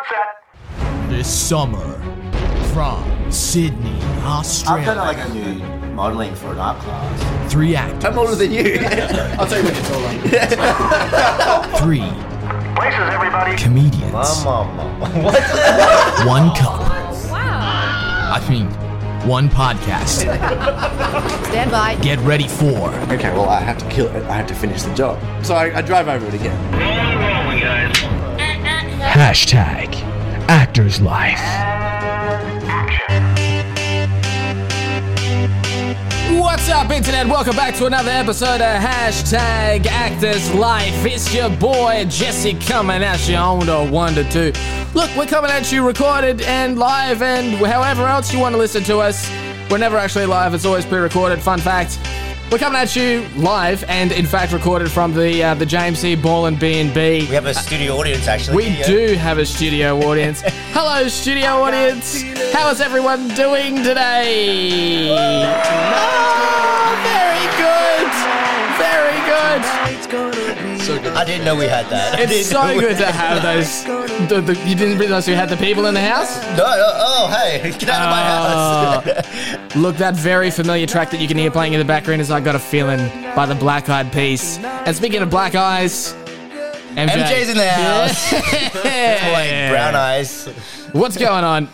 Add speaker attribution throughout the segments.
Speaker 1: upset.
Speaker 2: This summer from Sydney,
Speaker 3: I've done
Speaker 2: Australia.
Speaker 3: like a new modelling for an art class.
Speaker 2: Three actors,
Speaker 4: I'm older than you.
Speaker 3: I'll tell you what it's all like.
Speaker 2: three
Speaker 1: Places, everybody.
Speaker 2: comedians, one cup.
Speaker 5: Wow.
Speaker 2: I mean, one podcast.
Speaker 5: Stand by.
Speaker 2: Get ready for
Speaker 4: okay, well, I have to kill it. I have to finish the job. So I, I drive over it again.
Speaker 2: hashtag Actors Life.
Speaker 6: What's up, internet? Welcome back to another episode of Hashtag Actors Life. It's your boy Jesse coming at you on the one to two. Look, we're coming at you recorded and live, and however else you want to listen to us. We're never actually live; it's always pre-recorded. Fun fact: We're coming at you live, and in fact, recorded from the uh, the James C. Ball and B and
Speaker 3: We
Speaker 6: B.
Speaker 3: have a studio audience actually.
Speaker 6: We
Speaker 3: here.
Speaker 6: do have a studio audience. Hello, studio audience. How is everyone doing today? Oh, very good. Very good.
Speaker 3: I didn't know we had that. I didn't
Speaker 6: It's so
Speaker 3: know we-
Speaker 6: good to have those. The, the, you didn't realize we had the people in the house?
Speaker 3: No, no, oh, hey, get out of my house.
Speaker 6: Look, that very familiar track that you can hear playing in the background is I Got a Feeling by the Black Eyed Peas. And speaking of black eyes, MJ.
Speaker 3: MJ's in the house.
Speaker 6: Yeah.
Speaker 3: Like brown eyes.
Speaker 6: What's going on?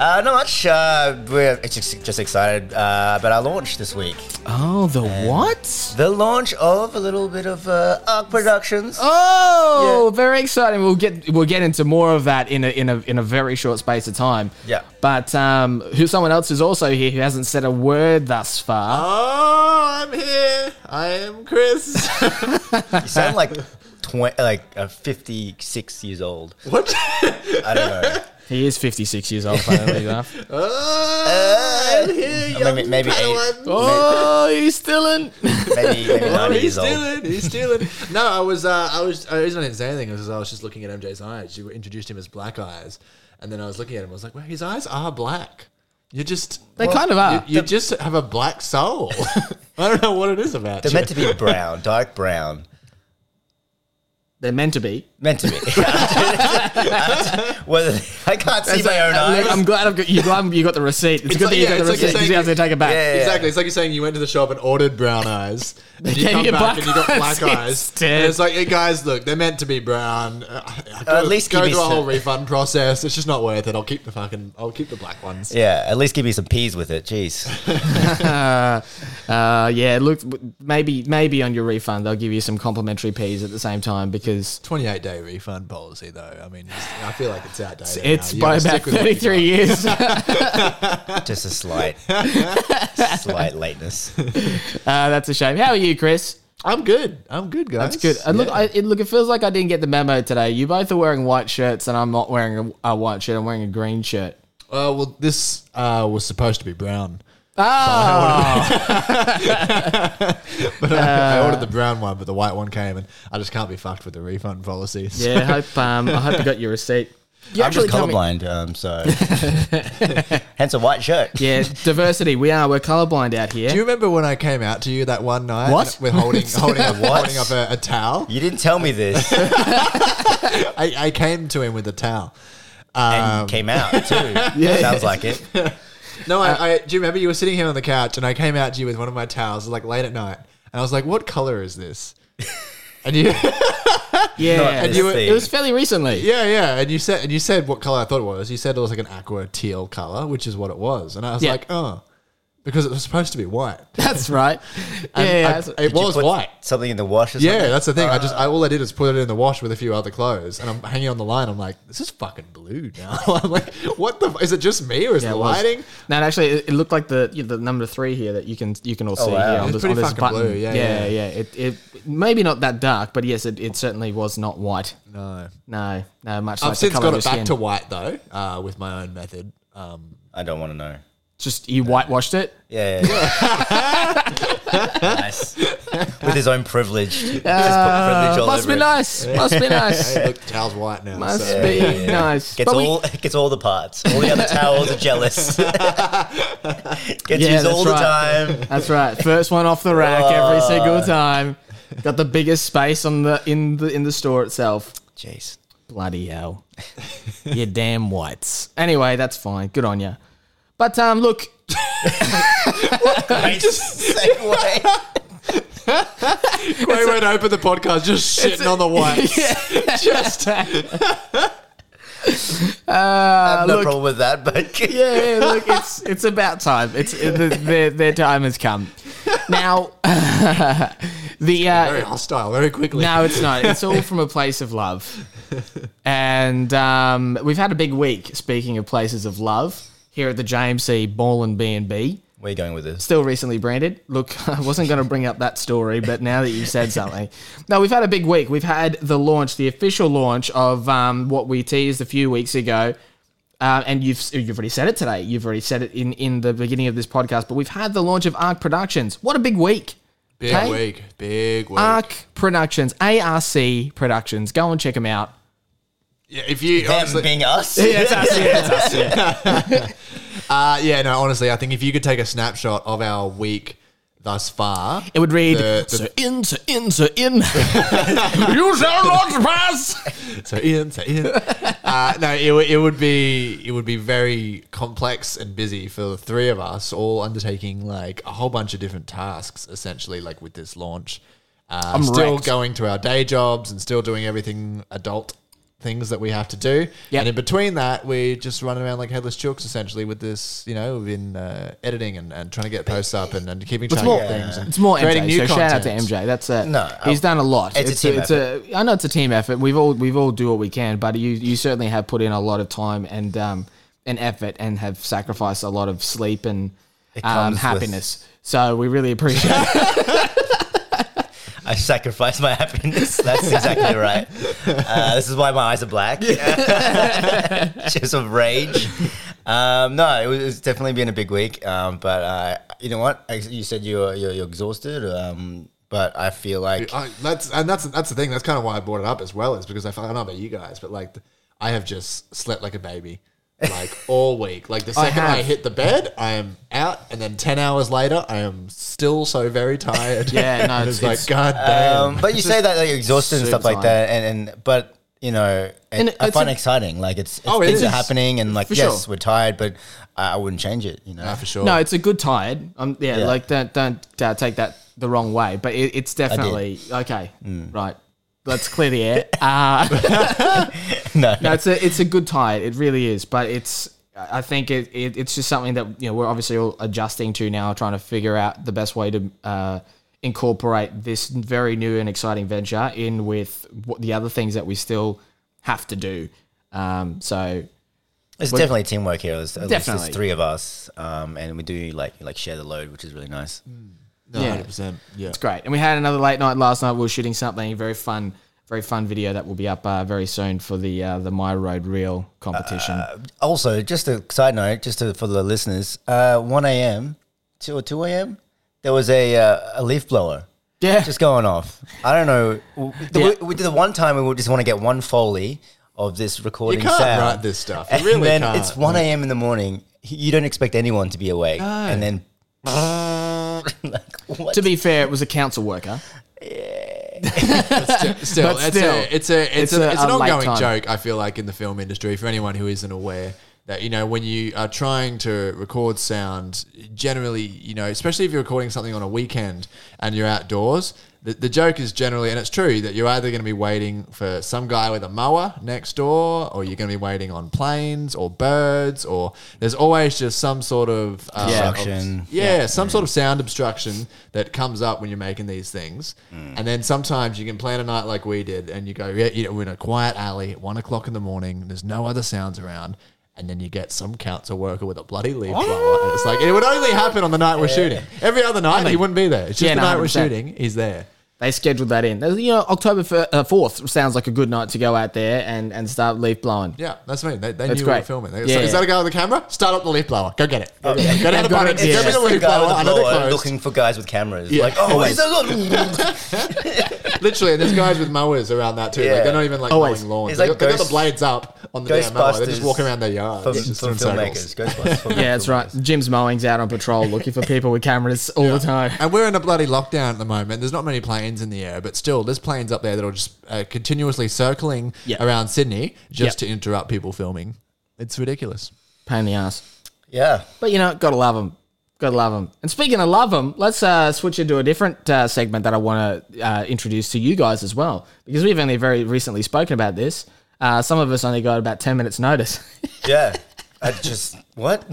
Speaker 3: Uh, not much. Uh, we're it's just, just excited uh, about our launch this week.
Speaker 6: Oh, the what?
Speaker 3: The launch of a little bit of uh, Arc Productions.
Speaker 6: Oh, very exciting. We'll get we'll get into more of that in a in a in a very short space of time.
Speaker 3: Yeah.
Speaker 6: But um, who someone else is also here who hasn't said a word thus far.
Speaker 4: Oh, I'm here. I am Chris.
Speaker 3: You sound like tw- like uh, 56 years old.
Speaker 4: what?
Speaker 3: I don't know.
Speaker 6: He is fifty six years old. Funnily enough.
Speaker 4: Oh, I'm here.
Speaker 3: Or maybe-
Speaker 4: young
Speaker 3: maybe eight.
Speaker 4: Padawan.
Speaker 6: Oh, he's still in.
Speaker 3: Maybe, maybe 90
Speaker 4: he's
Speaker 3: years old.
Speaker 4: stealing. He's stealing. no, I was, uh, I was, I was not even saying anything because I was just looking at MJ's eyes. You introduced him as black eyes, and then I was looking at him. I was like, well, his eyes are black. You just,
Speaker 6: They kind of are.
Speaker 4: You, you just have a black soul. I don't know what it is about
Speaker 3: They're
Speaker 4: you.
Speaker 3: meant to be brown, dark brown.
Speaker 6: They're meant to be.
Speaker 3: Meant to be. Whether I can't see my own
Speaker 6: Uh, Look,
Speaker 3: eyes.
Speaker 6: I'm glad I've got you. Glad you got the receipt. It's, good
Speaker 4: like-
Speaker 6: that you
Speaker 4: yeah,
Speaker 6: got the
Speaker 4: it's like
Speaker 6: receipt
Speaker 4: you're
Speaker 6: 'cause you
Speaker 4: saying-
Speaker 6: have to take it back.
Speaker 3: Yeah.
Speaker 4: Exactly. It's like you're saying you went to the shop and ordered brown eyes. And you
Speaker 6: gave
Speaker 4: come
Speaker 6: you
Speaker 4: back
Speaker 6: black
Speaker 4: and you got
Speaker 6: eyes
Speaker 4: black eyes.
Speaker 6: instead.
Speaker 4: And it's like, hey guys, look, they're meant to be brown. Uh,
Speaker 3: at least
Speaker 4: go
Speaker 3: give me
Speaker 4: through a whole
Speaker 3: some-
Speaker 4: refund process. It's just not worth it. I'll keep the fucking, I'll keep the black ones.
Speaker 3: Yeah, at least give me some peas with it. Jeez.
Speaker 6: Uh, yeah. Look, w- maybe maybe on your refund they'll give you some complimentary peas at the same time because
Speaker 4: 28 day refund policy though. I mean, it's- I feel like it's outdated.
Speaker 6: it's
Speaker 4: now. You
Speaker 6: by
Speaker 4: gotta
Speaker 6: about
Speaker 4: stick with what
Speaker 6: thirty
Speaker 4: you
Speaker 6: three
Speaker 4: got.
Speaker 6: years.
Speaker 3: Just a slight, slight lateness.
Speaker 6: Uh, that's a shame. How are you, Chris?
Speaker 4: I'm good. I'm good, guys.
Speaker 6: That's good. And look, I, it, look, it feels like I didn't get the memo today. You both are wearing white shirts, and I'm not wearing a, a white shirt. I'm wearing a green shirt.
Speaker 4: Uh, well, this uh, was supposed to be brown,
Speaker 6: Oh,
Speaker 4: but I, I ordered the brown one, but the white one came, and I just can't be fucked with the refund policy. So-
Speaker 6: yeah. I hope um, I hope you got your receipt. You
Speaker 3: I'm just
Speaker 6: actually told me-
Speaker 3: colorblind, um, so hence a white shirt.
Speaker 6: Yeah, diversity. We are. We're colorblind out here.
Speaker 4: Do you remember when I came out to you that one night?
Speaker 6: What?
Speaker 4: We're holding holding, up,
Speaker 3: What?
Speaker 4: holding up a, a towel.
Speaker 3: You didn't tell me this, and
Speaker 4: I, I came to him with a towel.
Speaker 3: you came out too. Sounds like it.
Speaker 4: No,
Speaker 6: Uh,
Speaker 4: I, I do you remember you were sitting here on the couch and I came out to you with one of my towels like late at night and I was like, "What color is this?" And you,
Speaker 6: yeah,
Speaker 3: and
Speaker 4: you were-
Speaker 6: it was fairly recently.
Speaker 4: yeah, yeah, and you said and you said what color I thought it was. You said it was like an aqua teal color, which is what it was, and I was
Speaker 6: Yeah.
Speaker 4: like, "Oh," because it was supposed to be white.
Speaker 6: That's right.
Speaker 4: And
Speaker 6: yeah,
Speaker 4: Um, I-
Speaker 6: that's-
Speaker 4: it was white.
Speaker 3: something in the wash. Or
Speaker 4: Yeah,
Speaker 3: something?
Speaker 4: that's the thing. I
Speaker 6: Uh.
Speaker 4: just I, all I did is put it in the wash with a few other clothes, and I'm hanging on the line. I'm like, this is fucking blue now. I'm like, what the? Is it just me or is
Speaker 6: yeah,
Speaker 4: the
Speaker 6: it was.
Speaker 4: lighting?
Speaker 6: No, and actually, it, it looked like the you know, the number three here that you can you can all see
Speaker 3: wow.
Speaker 6: here on
Speaker 4: Oh, It's
Speaker 6: this,
Speaker 4: pretty
Speaker 6: on this
Speaker 4: fucking
Speaker 6: button.
Speaker 4: blue, yeah,
Speaker 6: yeah,
Speaker 4: yeah.
Speaker 6: It, it maybe not that dark, but yes, it, it certainly was not white.
Speaker 4: No,
Speaker 6: No, no, much like
Speaker 4: I've
Speaker 6: the
Speaker 4: since
Speaker 6: colour
Speaker 4: got
Speaker 6: of
Speaker 4: it
Speaker 6: your
Speaker 4: back
Speaker 6: skin.
Speaker 4: to white though, uh, with my own method. Um,
Speaker 3: I don't want to know.
Speaker 6: Just you whitewashed it.
Speaker 3: Yeah. yeah. nice. With his own privilege. Just put privilege all
Speaker 6: Uh, Must
Speaker 3: over
Speaker 6: be
Speaker 3: it.
Speaker 6: nice. Must be nice.
Speaker 4: hey, look, towel's white now.
Speaker 6: Must
Speaker 4: so-
Speaker 6: be nice.
Speaker 3: Gets
Speaker 6: But we-
Speaker 3: all gets all the parts. All the other towels are jealous. gets
Speaker 6: Yeah,
Speaker 3: used all the
Speaker 6: that's
Speaker 3: time.
Speaker 6: that's right. First one off the rack every single time. Got the biggest space on the in the in the store itself.
Speaker 3: Jeez.
Speaker 6: Bloody hell. you damn whites. Anyway, that's fine. Good on you. But um, look,
Speaker 3: Just
Speaker 6: Uh,
Speaker 3: segue.
Speaker 4: Quay won't open the podcast just shitting on the whites.
Speaker 6: just
Speaker 3: I have no problem with that, but
Speaker 6: yeah, yeah, look, it's it's about time. It's it, the, their, their time has come. Now, the
Speaker 4: Very
Speaker 6: uh,
Speaker 4: hostile, very quickly.
Speaker 6: no, it's not. It's all from a place of love, and um, we've had a big week. Speaking of places of love, here at the JMC Ball and B and B,
Speaker 3: where are you going with this?
Speaker 6: still recently branded. Look, I wasn't going to bring up that story, but now that you said something, no, we've had a big week. We've had the launch, the official launch of um, what we teased a few weeks ago, uh, and you've you've already said it today. You've already said it in in the beginning of this podcast. But we've had the launch of Arc Productions. What a big week!
Speaker 4: Big
Speaker 6: Okay.
Speaker 4: week. Big week.
Speaker 6: Arc Productions, ARC Productions. Go and check them out.
Speaker 4: yeah, if you
Speaker 3: Them
Speaker 4: honestly,
Speaker 3: being us.
Speaker 4: uh, yeah, no, honestly, I think if you could take a snapshot of our week thus far,
Speaker 6: It would read
Speaker 4: The- the-
Speaker 6: so in so in so in. you shall not pass.
Speaker 4: so in, so in. uh, no, it, would- it would be it would be very complex and busy for the three of us, all undertaking like a whole bunch of different tasks, essentially, like with this launch. Uh,
Speaker 6: I'm
Speaker 4: still
Speaker 6: wrecked.
Speaker 4: going to our day jobs and still doing everything adult things that we have to do.
Speaker 6: Yep.
Speaker 4: And in between that, we just run around like headless chooks, essentially, with this, you know, in uh, editing and, and trying to get posts up and, and keeping track
Speaker 6: more-
Speaker 4: of things. And
Speaker 6: It's more
Speaker 4: creating
Speaker 6: MJ.
Speaker 4: new
Speaker 6: so shout out to
Speaker 4: content.
Speaker 6: MJ. That's it.
Speaker 3: No,
Speaker 6: he's done a lot.
Speaker 3: it's a team
Speaker 6: it's a. I know it's a team effort. We've all we've all do what we can, but you you certainly have put in a lot of time and um and effort and have sacrificed a lot of sleep and um,
Speaker 3: comes with-
Speaker 6: happiness. So we really appreciate. it.
Speaker 3: I sacrificed my happiness. That's exactly right. Uh, this is why my eyes are black. Just of rage. Um, no, it was, it's definitely been a big week. Um, but uh, you know what? I- You said you're you're, you're exhausted. Um, but I feel like
Speaker 4: I, that's and that's that's the thing. That's kind of why I brought it up as well, is because I, f- I don't know about you guys, but like I have just slept like a baby, like all week. Like the
Speaker 6: I
Speaker 4: second I,
Speaker 6: have.
Speaker 4: hit the bed, I am out, and then ten hours later, I am still so very tired.
Speaker 6: Yeah, no,
Speaker 4: And
Speaker 6: it's-
Speaker 4: it's,
Speaker 6: it's-
Speaker 4: like god damn.
Speaker 3: Um, but you say that like you're exhausted and
Speaker 6: super
Speaker 3: stuff like that, and, and but you know, and
Speaker 6: And
Speaker 3: I
Speaker 6: it's
Speaker 3: find
Speaker 6: a-
Speaker 3: it exciting. Like it's, it's
Speaker 4: Oh, it
Speaker 3: things are
Speaker 4: is.
Speaker 3: happening, and like
Speaker 6: For
Speaker 3: yes,
Speaker 6: sure.
Speaker 3: we're tired, but I, I wouldn't change it. You know,
Speaker 4: Nah, for sure.
Speaker 6: no, it's a good tired. Um, yeah,
Speaker 3: Yeah.
Speaker 6: like don't don't uh, take that the wrong way, but it, it's definitely okay. Right, let's clear the air. Uh,
Speaker 3: no,
Speaker 6: No, it's a it's a good tie. It really is, but it's I think it, it it's just something that you know we're obviously all adjusting to now, trying to figure out the best way to uh, incorporate this very new and exciting venture in with what, the other things that we still have to do. Um, so
Speaker 3: it's definitely teamwork here. There's, at least
Speaker 6: Definitely.
Speaker 3: there's three of us, um, and we do like like share the load, which is really nice.
Speaker 4: no,
Speaker 6: yeah.
Speaker 4: 100%. Yeah.
Speaker 6: It's great. And we had another late night last night. We were shooting something very fun, very fun video that will be up uh, very soon for the uh, the My Road Reel competition.
Speaker 3: Also, just a side note, just to, for the listeners, uh, one a.m. two or two a.m. There was a uh, a leaf blower.
Speaker 6: yeah,
Speaker 3: just going off. I don't know. The,
Speaker 6: Yeah.
Speaker 3: we, we did the one time we would just want to get one foley of this
Speaker 4: You
Speaker 3: recording.
Speaker 4: can't
Speaker 3: sound.
Speaker 4: write this stuff. You
Speaker 3: And
Speaker 4: really
Speaker 3: then
Speaker 4: can't.
Speaker 3: it's 1 a.m. in the morning. You don't expect anyone to be awake. And then, like, what?
Speaker 6: to be fair, it was a council worker.
Speaker 4: still,
Speaker 6: But
Speaker 4: it's,
Speaker 6: still,
Speaker 4: a, it's a
Speaker 6: it's
Speaker 4: it's,
Speaker 6: a-
Speaker 4: a, it's an
Speaker 6: a late
Speaker 4: ongoing
Speaker 6: time.
Speaker 4: joke. I feel like in the film industry, for anyone who isn't aware that you know when you are trying to record sound, generally you know, especially if you're recording something on a weekend and you're outdoors. The, the joke is generally, and it's true, that you're either going to be waiting for some guy with a mower next door, or you're going to be waiting on planes or birds, or there's always just some sort of uh,
Speaker 3: Obstruction.
Speaker 4: obs- yeah, some sort of sound obstruction that comes up when you're making these things. And then sometimes you can plan a night like we did, and you go, yeah, you know, we're in a quiet alley at one o'clock in the morning. There's no other sounds around. And then you get some council worker with a bloody leaf blower. And it's like, it would only happen on the night we're shooting. Every other night, he wouldn't be there. It's just
Speaker 6: Yeah,
Speaker 4: the
Speaker 6: no,
Speaker 4: night we're
Speaker 6: 100%.
Speaker 4: shooting, he's there.
Speaker 6: they scheduled that in. There's- You know, October fir- uh, 4th sounds like a good night to go out there and, and start leaf blowing.
Speaker 4: Yeah, that's me. They, they
Speaker 6: That's
Speaker 4: knew we were
Speaker 6: great.
Speaker 4: filming. They-
Speaker 6: Yeah.
Speaker 4: so is that a guy with a camera? Start up the leaf blower. Go get it. Go, get it. go down to
Speaker 6: Go get it.
Speaker 4: Bunnings. Go get
Speaker 3: Just
Speaker 4: the
Speaker 3: the
Speaker 4: leaf
Speaker 3: guy
Speaker 4: blower.
Speaker 3: with
Speaker 4: I
Speaker 3: a
Speaker 4: know they're
Speaker 3: blower
Speaker 4: closed.
Speaker 3: looking for guys with cameras.
Speaker 4: Yeah.
Speaker 3: Like, oh, is that
Speaker 4: Literally, and there's guys with mowers around that too.
Speaker 3: Yeah.
Speaker 4: Like they're not even like
Speaker 6: Always.
Speaker 4: mowing lawns.
Speaker 3: It's
Speaker 4: They,
Speaker 3: like
Speaker 4: got, they got the
Speaker 3: ghosts.
Speaker 4: blades up. on the damn mower. They're
Speaker 3: Ghostbusters
Speaker 4: just walking around their yard.
Speaker 3: for,
Speaker 4: It's just
Speaker 3: for
Speaker 4: in circles.
Speaker 3: filmmakers. Ghostbusters. for
Speaker 6: Yeah, that's right.
Speaker 3: filmmakers.
Speaker 6: Jim's mowing's out on patrol looking for people with cameras all the time.
Speaker 4: And we're in a bloody lockdown at the moment. There's not many planes in the air, but still, there's planes up there that are just uh, continuously circling
Speaker 6: Yeah.
Speaker 4: around Sydney just
Speaker 6: Yeah.
Speaker 4: to interrupt people filming. It's ridiculous.
Speaker 6: Pain in the ass.
Speaker 3: Yeah.
Speaker 6: But you know, gotta love them. Gotta love them. And speaking of love them, let's uh, switch into a different uh, segment that I want to uh, introduce to you guys as well, because we've only very recently spoken about this. Uh, some of us only got about ten minutes notice.
Speaker 3: Yeah. I just what?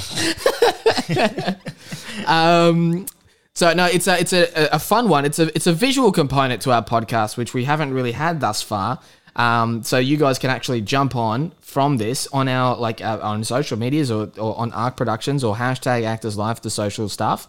Speaker 6: So no, it's a it's a, a fun one. It's a it's a visual component to our podcast, which we haven't really had thus far. Um, so you guys can actually jump on from this on our like uh, on social medias or, or on Arc Productions or hashtag Actors Life the social stuff,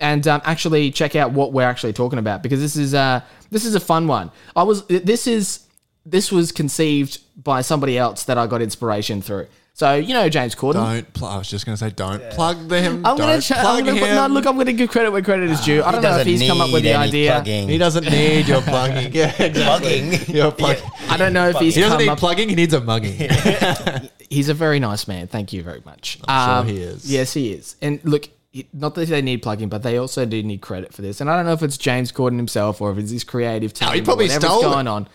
Speaker 6: and um, actually check out what we're actually talking about because this is uh this is a fun one. I was this is this was conceived by somebody else that I got inspiration through. So you know James Corden.
Speaker 4: Don't plug. I was just going to say, don't plug them.
Speaker 6: I'm
Speaker 4: don't
Speaker 6: gonna, ch-
Speaker 4: plug
Speaker 6: I'm gonna
Speaker 4: him.
Speaker 6: no, look. I'm gonna give credit where credit is due. I don't know if
Speaker 3: doesn't
Speaker 6: he's come up with
Speaker 3: need
Speaker 6: the
Speaker 3: any
Speaker 6: idea.
Speaker 3: plugging.
Speaker 4: he doesn't need your plugging. Yeah, exactly.
Speaker 3: Plugging.
Speaker 4: Your plug-
Speaker 6: I don't know if he's
Speaker 4: He doesn't
Speaker 6: come
Speaker 4: need
Speaker 6: up.
Speaker 4: plugging. He needs a mugging.
Speaker 6: he's a very nice man. Thank you very much. Um,
Speaker 4: sure he is.
Speaker 6: Yes, he is. And look, he- not that they need plugging, but they also do need credit for this. And I don't know if it's James Corden himself or if it's his creative team.
Speaker 4: he
Speaker 6: or
Speaker 4: probably
Speaker 6: whatever's
Speaker 4: stole it.
Speaker 6: going on.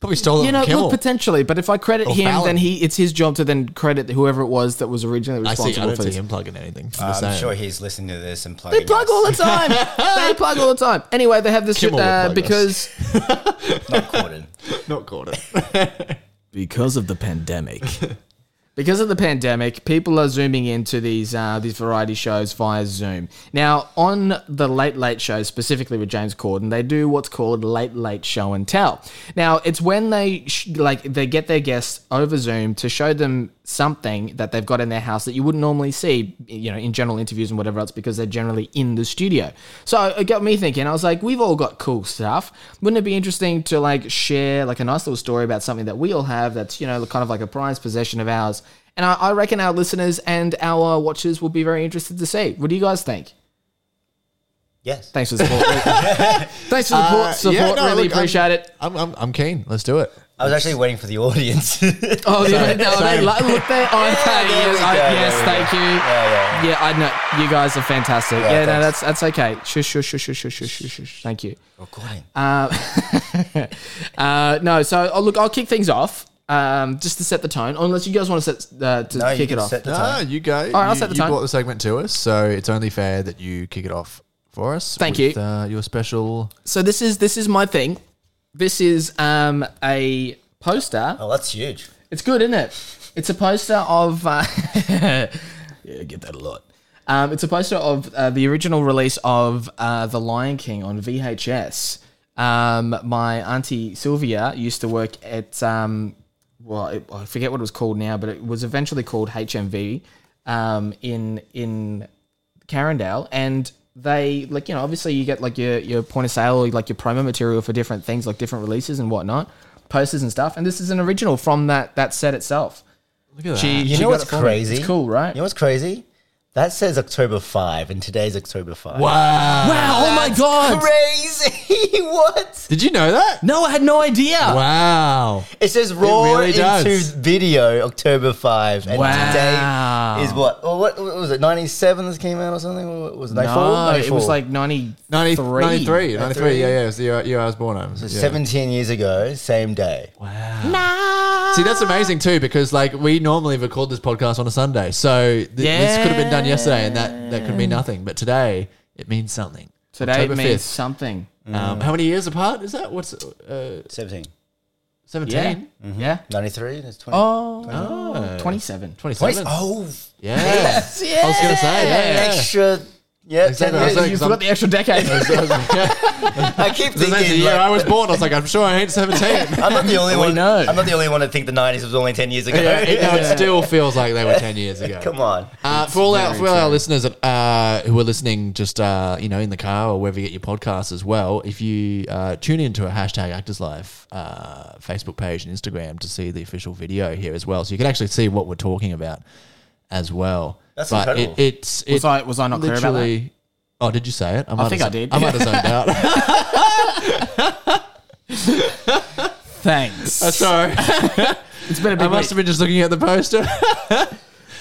Speaker 4: Probably stolen.
Speaker 6: You know,
Speaker 4: Kimmel.
Speaker 6: look potentially, but if I credit
Speaker 4: Or
Speaker 6: him,
Speaker 4: Fallon.
Speaker 6: then he it's his job to then credit whoever it was that was originally
Speaker 4: I see. I
Speaker 6: responsible
Speaker 4: don't
Speaker 6: for Um,
Speaker 4: see
Speaker 6: this.
Speaker 4: him plugging anything. I'm just
Speaker 3: I'm
Speaker 4: saying.
Speaker 3: sure he's listening to this and plugging.
Speaker 6: They plug
Speaker 3: us.
Speaker 6: all the time. they plug all the time. Anyway, they have this
Speaker 4: Kimmel would plug
Speaker 6: uh,
Speaker 4: us.
Speaker 6: because
Speaker 3: Not Corden.
Speaker 4: not caught it.
Speaker 6: because of the pandemic. because of the pandemic, people are zooming into these uh, these variety shows via Zoom. Now, on the Late Late Show, specifically with James Corden, they do what's called Late Late Show and Tell. Now, it's when they sh- like they get their guests over Zoom to show them something that they've got in their house that you wouldn't normally see, you know, in general interviews and whatever else, because they're generally in the studio. So it got me thinking. I was like, we've all got cool stuff. Wouldn't it be interesting to like share like a nice little story about something that we all have that's you know kind of like a prized possession of ours? And I, I reckon our listeners and our watchers will be very interested to see. What do you guys think?
Speaker 3: Yes.
Speaker 6: Thanks for the support. Thanks for the support. support.
Speaker 4: Uh, yeah, no,
Speaker 6: really
Speaker 4: look, I'm-
Speaker 6: appreciate it.
Speaker 4: I'm, I'm, I'm keen. Let's do it.
Speaker 3: I was actually waiting for the audience.
Speaker 6: Oh, yeah, no,
Speaker 4: Sorry.
Speaker 6: they,
Speaker 4: Sorry.
Speaker 6: lo- look, they're on page.
Speaker 3: there we
Speaker 6: Yes, I-
Speaker 3: go, there
Speaker 6: yes,
Speaker 3: we
Speaker 6: thank you.
Speaker 3: yeah,
Speaker 6: Yeah, I know you guys are fantastic. Yeah,
Speaker 3: Yeah,
Speaker 6: no, that's
Speaker 3: thanks.
Speaker 6: that's okay. Shush, shush, shush, shush, shush, shush, shush, shush. Thank you.
Speaker 3: Recording.
Speaker 6: Uh, no, so oh, look, I'll kick things off um, just to set the tone. Unless you guys want to set uh, to
Speaker 3: no, you
Speaker 6: kick
Speaker 3: can
Speaker 6: it off.
Speaker 3: set the
Speaker 4: Ah,
Speaker 3: time.
Speaker 4: you go. All right,
Speaker 6: I'll
Speaker 4: you,
Speaker 6: set the
Speaker 4: you
Speaker 6: time.
Speaker 4: brought the segment to us, so it's only fair that you kick it off for us.
Speaker 6: Thank
Speaker 4: with,
Speaker 6: you.
Speaker 4: Uh, your special.
Speaker 6: so this is this is my thing. This is um, a poster.
Speaker 3: Oh, that's huge.
Speaker 6: It's good, isn't it? It's a poster of. Uh, yeah, I get that a lot. Um, it's a poster of uh, the original release of uh, The Lion King on VHS. Um, my auntie Sylvia used to work at. Um, well, it, I forget what it was called now, but it was eventually called HMV um, in in Carindale, and they like you know obviously you get like your your point of sale or like your promo material for different things like different releases and whatnot, posters and stuff. And this is an original from that that set itself.
Speaker 4: Look at
Speaker 6: She,
Speaker 4: that.
Speaker 3: You
Speaker 6: she
Speaker 3: know
Speaker 6: got
Speaker 3: what's
Speaker 6: it for me.
Speaker 3: crazy?
Speaker 6: It's cool, right?
Speaker 3: You know what's crazy? That says October 5, and today's October 5.
Speaker 4: Wow.
Speaker 6: wow! Oh my god!
Speaker 3: Crazy! what?
Speaker 4: Did you know that?
Speaker 6: No, I had no idea.
Speaker 4: Wow.
Speaker 3: It says Raw
Speaker 4: really does.
Speaker 3: into video October 5, and
Speaker 6: Wow.
Speaker 3: today is what? Oh, what what was it? 97 this came out or something? What was it? 94?
Speaker 6: No, it
Speaker 3: 94.
Speaker 6: was like 93.
Speaker 4: 93. 93. 93. Yeah, yeah. It was the year, year I was born on.
Speaker 3: So
Speaker 4: Yeah.
Speaker 3: 17 years ago, same day.
Speaker 4: See, that's amazing too, because like we normally record this podcast on a Sunday, so th- this could have been done yesterday, and that that could mean nothing. But today, it means something.
Speaker 6: Today
Speaker 4: October
Speaker 6: it means uh,
Speaker 4: 5th.
Speaker 6: something.
Speaker 4: Um, how many years apart is that? What's uh,
Speaker 3: 17.
Speaker 6: Yeah.
Speaker 4: 17?
Speaker 6: Yeah.
Speaker 3: 93? That's 20.
Speaker 6: Oh, 27.
Speaker 4: 27?
Speaker 3: Oh,
Speaker 4: Yeah. I was going to say, yeah. yeah.
Speaker 3: extra. Yeah, 10
Speaker 4: Exactly.
Speaker 3: minutes.
Speaker 4: I was
Speaker 6: You
Speaker 4: like-
Speaker 6: forgot the extra decade.
Speaker 3: I keep
Speaker 4: The same
Speaker 3: thinking.
Speaker 4: year I
Speaker 3: Like,
Speaker 4: was born, I was like, I'm sure I ain't 17.
Speaker 3: I'm not the only
Speaker 6: We
Speaker 3: one.
Speaker 6: know.
Speaker 3: I'm not the only one to think the 90s was only 10 years ago.
Speaker 4: Yeah, it, no, it still feels like they were 10 years ago.
Speaker 3: Come on.
Speaker 4: Uh, for all our, for all our listeners that, uh, who are listening just uh, you know in the car or wherever you get your podcasts as well, if you uh, tune into a hashtag Actors Life uh, Facebook page and Instagram to see the official video here as well, so you can actually see what we're talking about as well.
Speaker 3: That's
Speaker 4: but
Speaker 3: incredible.
Speaker 4: It, it's it
Speaker 6: Was I- was I not clear about that?
Speaker 4: literally- Oh, did you say it? I, might have
Speaker 6: think I
Speaker 4: zoned-
Speaker 6: did.
Speaker 4: I might have zoned out.
Speaker 6: Thanks.
Speaker 4: Uh, Sorry.
Speaker 6: It's been a
Speaker 4: I
Speaker 6: big
Speaker 4: must have been just looking at the poster.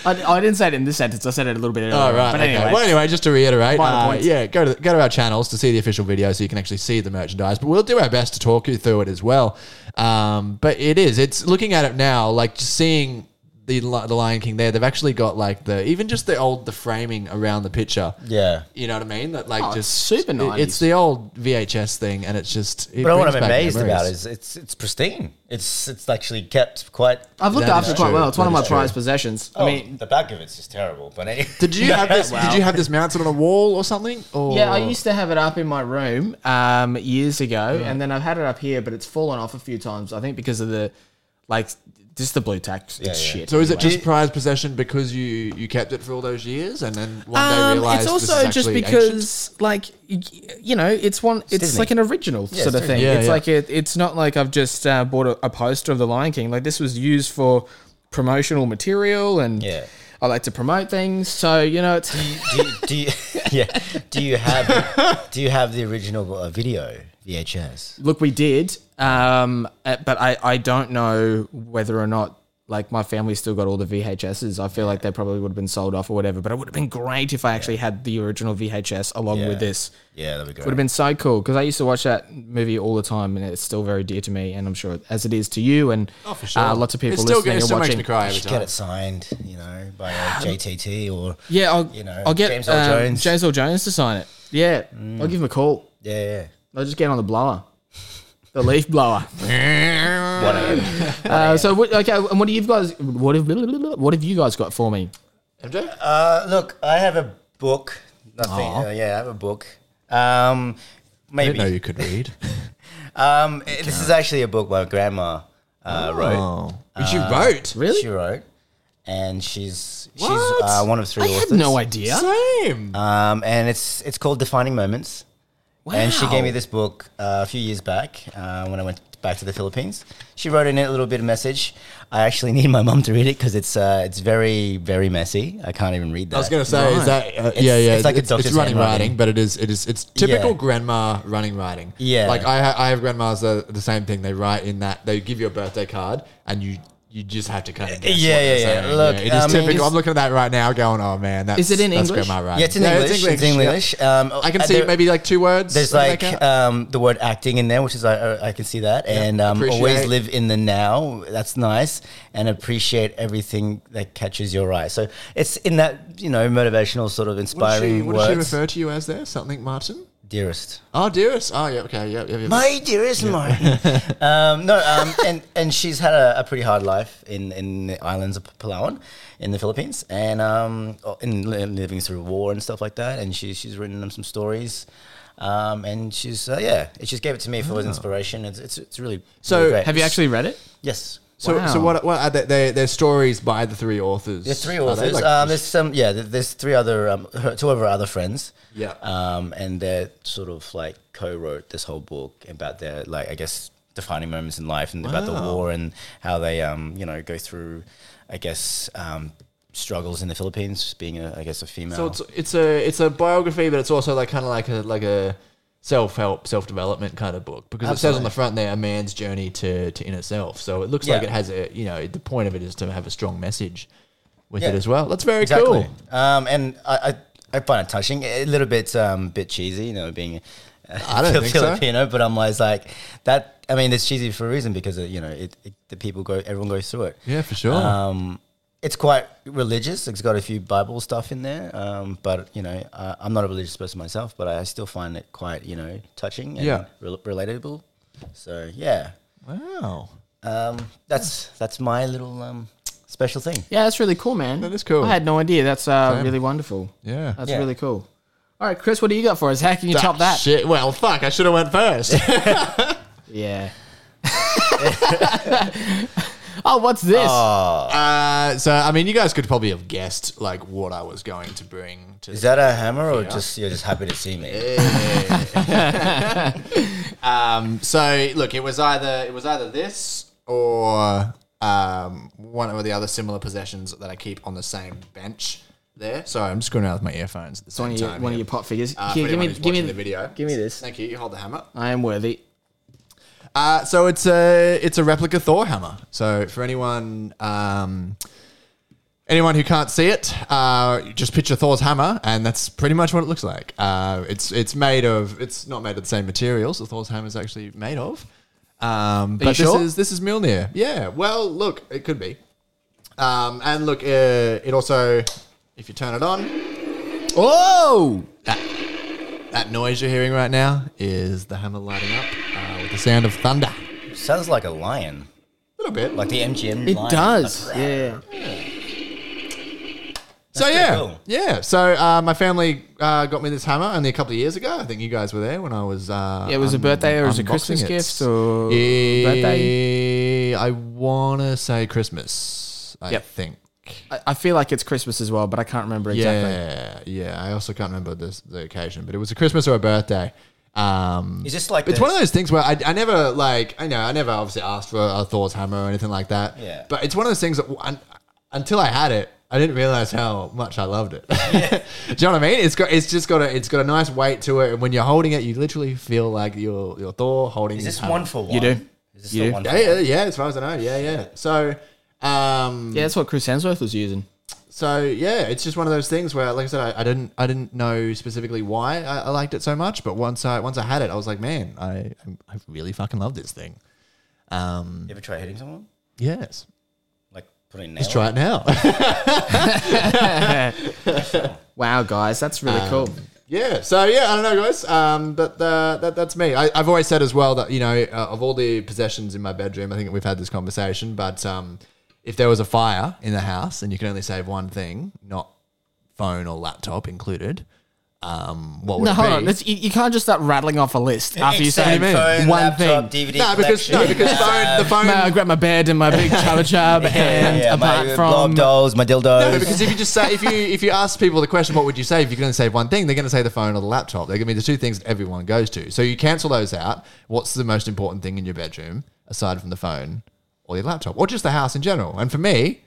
Speaker 6: I, I didn't say it in this sentence. I said it a little bit earlier.
Speaker 4: All Oh, right.
Speaker 6: But
Speaker 4: okay.
Speaker 6: anyway,
Speaker 4: Well, anyway, just to reiterate,
Speaker 6: Minor
Speaker 4: uh,
Speaker 6: points.
Speaker 4: yeah, go to the, go to our channels to see the official video, so you can actually see the merchandise. But we'll do our best to talk you through it as well. Um, but it is. It's looking at it now, like just seeing the Li- the Lion King there. They've actually got like the even just the old the framing around the picture.
Speaker 3: Yeah.
Speaker 4: You know what I mean? That like
Speaker 6: Oh, it's
Speaker 4: just
Speaker 6: super
Speaker 4: it-
Speaker 6: 90s.
Speaker 4: It's the old VHS thing, and it's just. It
Speaker 3: But what
Speaker 4: brings
Speaker 3: I'm
Speaker 4: back
Speaker 3: amazed
Speaker 4: memories.
Speaker 3: about is it's it's pristine. It's it's actually kept quite.
Speaker 6: I've looked
Speaker 4: That
Speaker 6: after
Speaker 4: is
Speaker 6: it quite
Speaker 4: true.
Speaker 6: well. It's one of
Speaker 4: That
Speaker 6: my
Speaker 4: is true.
Speaker 6: prized possessions.
Speaker 3: Oh,
Speaker 6: I mean,
Speaker 3: the back of it's just terrible. But anyway,
Speaker 4: Oh. Did you have this? Did you have this mounted on a wall or something? Or
Speaker 6: yeah, I used to have it up in my room um, years ago, and then I've had it up here, but it's fallen off a few times. I think because of the like just the blue tack. It's
Speaker 3: yeah.
Speaker 6: shit.
Speaker 4: So is it
Speaker 6: anyway.
Speaker 4: just prized possession because you you kept it for all those years and then one day
Speaker 6: Um,
Speaker 4: realized
Speaker 6: it's also
Speaker 4: this is
Speaker 6: just
Speaker 4: actually ancient?
Speaker 6: because, like, y- you know, it's one. It's
Speaker 3: Disney.
Speaker 6: like an original sort of
Speaker 3: it's
Speaker 6: thing.
Speaker 4: Disney. Yeah,
Speaker 6: it's
Speaker 4: yeah.
Speaker 6: like it, it's not like I've just uh, bought a, a poster of The Lion King. Like this was used for promotional material, and
Speaker 3: Yeah.
Speaker 6: I like to promote things. So you know, it's
Speaker 3: do you, do you, yeah. Do you have do you have the original uh, video VHS?
Speaker 6: look, we did, um, uh, but I I don't know whether or not. Like my family still got all the VHSs. I feel like they probably would have been sold off or whatever. But it would have been great if I actually had the original VHS along
Speaker 3: Yeah.
Speaker 6: with this.
Speaker 3: Yeah, that'd be
Speaker 6: would have
Speaker 3: great.
Speaker 6: been so cool because I used to watch that movie all the time, and it's still very dear to me, and I'm sure as it is to you and uh, lots of people
Speaker 4: Oh, it's still,
Speaker 6: listening
Speaker 4: it
Speaker 6: and
Speaker 4: still makes
Speaker 6: watching.
Speaker 4: me cry every
Speaker 3: Just get
Speaker 4: time.
Speaker 3: it signed, you know, by uh, JTT or
Speaker 6: Yeah, I'll
Speaker 3: You know,
Speaker 6: I'll get
Speaker 3: James Earl
Speaker 6: um,
Speaker 3: Jones.
Speaker 6: James Earl Jones to sign it. Yeah,
Speaker 4: Mm.
Speaker 6: I'll give him a call.
Speaker 3: yeah,
Speaker 6: I'll just get on the blower, the leaf blower.
Speaker 3: yeah. Whatever.
Speaker 6: Uh, so what, okay, and what do you guys? What have what have you guys got for me?
Speaker 4: MJ?
Speaker 3: Uh, look, I have a book. Nothing.
Speaker 6: Aw.
Speaker 3: Uh, yeah, I have a book. Um,
Speaker 4: I didn't know
Speaker 3: maybe.
Speaker 4: you could read.
Speaker 3: Um, eh, this is actually a book my grandma uh, wrote.
Speaker 4: oh, you wrote
Speaker 6: Uh, Really?
Speaker 3: She wrote, and she's
Speaker 4: What?
Speaker 3: she's uh, one of three
Speaker 6: I
Speaker 3: authors.
Speaker 6: had no idea.
Speaker 4: same.
Speaker 3: Um, and it's it's called Defining Moments. And she gave me this book uh, a few years back uh, when I went back to the Philippines. She wrote in it a little bit of message. I actually need my mum to read it because it's uh, it's very very messy. I can't even read that.
Speaker 4: I was gonna say, is that uh,
Speaker 3: It's-
Speaker 4: yeah, yeah?
Speaker 3: it's like a doctor's
Speaker 4: it's running
Speaker 3: handwriting.
Speaker 4: writing, but it is, it is, it's typical
Speaker 3: Yeah.
Speaker 4: grandma running writing.
Speaker 3: Yeah.
Speaker 4: like I, ha- I have grandmas that are the same thing. They write in that they give you a birthday card, and you, you just have to kind of
Speaker 3: Uh,
Speaker 4: guess
Speaker 3: Yeah,
Speaker 4: what they're
Speaker 3: yeah, yeah.
Speaker 4: saying.
Speaker 3: Look, um,
Speaker 4: it is
Speaker 3: I mean,
Speaker 4: typical.
Speaker 3: it's-
Speaker 4: I'm looking at that right now, going, oh man, that's,
Speaker 6: Is it in
Speaker 4: that's
Speaker 6: English?
Speaker 4: Grandma writing.
Speaker 3: yeah, it's in
Speaker 4: No,
Speaker 3: English. It's English. Um,
Speaker 4: I can
Speaker 3: uh,
Speaker 4: see
Speaker 3: there-
Speaker 4: maybe like two words.
Speaker 3: There's
Speaker 4: something
Speaker 3: like
Speaker 4: that.
Speaker 3: um, the word acting in there, which is I, I I can see that, and um, always
Speaker 4: appreciate.
Speaker 3: live in the now. That's nice, and appreciate everything that catches your eye. So it's in that you know motivational sort of
Speaker 4: What did, she,
Speaker 3: inspiring
Speaker 4: what did
Speaker 3: words,
Speaker 4: she refer to you as there? Something, Martin?
Speaker 3: dearest.
Speaker 4: Oh, dearest. Oh, yeah, okay, yeah, yeah, yeah.
Speaker 3: My dearest Martin. um, no, um, and, and she's had a, a pretty hard life in, in the islands of Palawan, in the Philippines, and um, in li- living through war and stuff like that. And she, she's written them some stories. Um, and she's, uh, yeah, she just gave it to me for inspiration. It's, it's, it's really,
Speaker 4: So,
Speaker 3: really great.
Speaker 6: Have you actually read it?
Speaker 3: Yes.
Speaker 4: So,
Speaker 6: Wow.
Speaker 4: so what? What are they? They're, they're stories by the three authors.
Speaker 3: There's three
Speaker 4: Are Oh, they,
Speaker 3: authors.
Speaker 4: like,
Speaker 3: um, there's some, yeah. there- There's three other, um, her, two of her other friends.
Speaker 4: Yeah.
Speaker 3: Um, and they're sort of like co-wrote this whole book about their, like, I guess, defining moments in life and about the war and how they, um, you know, go through, I guess, um, struggles in the Philippines, being, a, I guess, a female.
Speaker 4: so it's it's a it's a biography, but it's also like kind of like a like a self help, self development kind of book because it says on the front there a man's journey to to inner self. So it looks like
Speaker 3: Yeah.
Speaker 4: it has a you know the point of it is to have a strong message with it
Speaker 3: Yeah.
Speaker 4: as well. That's very
Speaker 3: exactly.
Speaker 4: cool.
Speaker 3: Um, and I, I, I find it touching. A little bit, um, bit cheesy, you know, being a
Speaker 4: I don't think so.
Speaker 3: Filipino. But I'm always like that. I mean, it's cheesy for a reason because uh, you know, it, it, the people go, everyone goes through it.
Speaker 4: Yeah, for sure.
Speaker 3: Um, it's quite religious. It's got a few Bible stuff in there, um, but you know, uh, I'm not a religious person myself, but I still find it quite you know touching and
Speaker 4: Yeah.
Speaker 3: rel- relatable. So yeah,
Speaker 4: wow,
Speaker 3: um, that's that's my little um, special thing.
Speaker 6: Yeah, that's really cool, man.
Speaker 4: That is cool.
Speaker 6: I had no idea. That's uh,
Speaker 4: Same.
Speaker 6: really wonderful.
Speaker 4: yeah.
Speaker 6: That's
Speaker 3: Yeah.
Speaker 6: really cool. All right, Chris, what do you got for us? How can you top that?
Speaker 4: Shit. Well, fuck. I should have went first.
Speaker 6: Yeah. oh, what's this?
Speaker 4: uh, so I mean, you guys could probably have guessed like what I was going to bring to
Speaker 3: Is that a hammer or just you're just happy to see me?
Speaker 4: So look, it was either it was either this or um, one or the other similar possessions that I keep on the same bench there. Sorry, I'm just going around with my earphones at the
Speaker 6: one
Speaker 4: same
Speaker 6: of your,
Speaker 4: time.
Speaker 6: one of
Speaker 4: here.
Speaker 6: your pop figures.
Speaker 4: Uh,
Speaker 6: Here,
Speaker 4: for
Speaker 6: give me,
Speaker 4: anyone who's
Speaker 6: give me
Speaker 4: watching the video.
Speaker 6: Give me this.
Speaker 4: Thank you. You hold the hammer.
Speaker 6: I am worthy.
Speaker 4: Uh, so it's a it's a replica Thor hammer. So for anyone um, anyone who can't see it, uh, just picture Thor's hammer, and that's pretty much what it looks like. Uh, it's it's made of it's not made of the same materials that Thor's hammer is actually made of. Um, but
Speaker 6: you
Speaker 4: this
Speaker 6: sure?
Speaker 4: is this is Mjolnir. Yeah. Well, look, it could be. Um, and look, uh, it also if you turn it on, oh. That, that noise you're hearing right now is the hammer lighting up uh, with the sound of thunder. A
Speaker 3: Sounds like a lion,
Speaker 4: little bit.
Speaker 3: like the MGM.
Speaker 6: It
Speaker 3: lion.
Speaker 6: does. Yeah.
Speaker 4: so
Speaker 3: pretty
Speaker 4: yeah,
Speaker 3: cool.
Speaker 4: yeah. So uh, my family uh, got me this hammer only a couple of years ago. I think you guys were there when I was. Uh,
Speaker 6: Yeah, it was a birthday or it was a
Speaker 4: unboxing
Speaker 6: Christmas
Speaker 4: it.
Speaker 6: gift or
Speaker 4: Eh,
Speaker 6: birthday?
Speaker 4: I wanna say Christmas. I
Speaker 6: Yep.
Speaker 4: think.
Speaker 6: I, I feel like it's Christmas as well, but I can't remember exactly.
Speaker 4: Yeah, yeah. I also can't remember this, the occasion, but it was a Christmas or a birthday. Um,
Speaker 3: Is this like
Speaker 4: it's
Speaker 3: the-
Speaker 4: one of those things where I, I never like I know I never obviously asked for a Thor's hammer or anything like that.
Speaker 3: Yeah.
Speaker 4: But it's one of those things that w- un- until I had it, I didn't realize how much I loved it. Do you know what I mean? It's got it's just got a it's got a nice weight to it, and when you're holding it, you literally feel like you're you're Thor holding.
Speaker 3: Is
Speaker 4: his
Speaker 3: this
Speaker 4: hammer.
Speaker 3: one for one?
Speaker 6: You do.
Speaker 3: Is this
Speaker 6: You
Speaker 3: the
Speaker 6: do.
Speaker 3: one?
Speaker 4: Yeah,
Speaker 3: for
Speaker 4: yeah,
Speaker 3: one?
Speaker 4: yeah. As far as I know, yeah, yeah. So. Um,
Speaker 6: Yeah, that's what Chris Hemsworth was using.
Speaker 4: so yeah, it's just one of those things where, like I said, I, I didn't, I didn't know specifically why I, I liked it so much, but once I, once I had it, I was like, man, I, I really fucking love this thing. Um,
Speaker 3: You ever try hitting someone?
Speaker 4: yes,
Speaker 3: Like putting a nail.
Speaker 4: let's try it now.
Speaker 6: Wow, guys, that's
Speaker 3: Um,
Speaker 6: really cool.
Speaker 4: yeah, so yeah, I don't know, guys, um, but uh that, that's me. I, I've always said as well that you know, uh, of all the possessions in my bedroom, I think we've had this conversation, but um, if there was a fire in the house and you can only save one thing, not phone or laptop included. Um, what would
Speaker 6: No,
Speaker 4: it be?
Speaker 6: hold on. That's, you, you can't just start rattling off a list after you say
Speaker 4: Except
Speaker 3: phone,
Speaker 6: one
Speaker 3: laptop,
Speaker 6: thing.
Speaker 3: DVD
Speaker 4: No, because no,
Speaker 3: collection.
Speaker 4: because phone, the phone.
Speaker 6: Mate, I grabbed my bed and my big chubba chub, and
Speaker 3: yeah,
Speaker 6: apart
Speaker 3: my
Speaker 6: from
Speaker 3: blob dolls, my dildos.
Speaker 4: No, because if you just say if you if you ask people the question, what would you say? If you're going to save one thing, they're going to say the phone or the laptop. They're going to be the two things that everyone goes to. So you cancel those out. What's the most important thing in your bedroom aside from the phone or your laptop or just the house in general? And for me,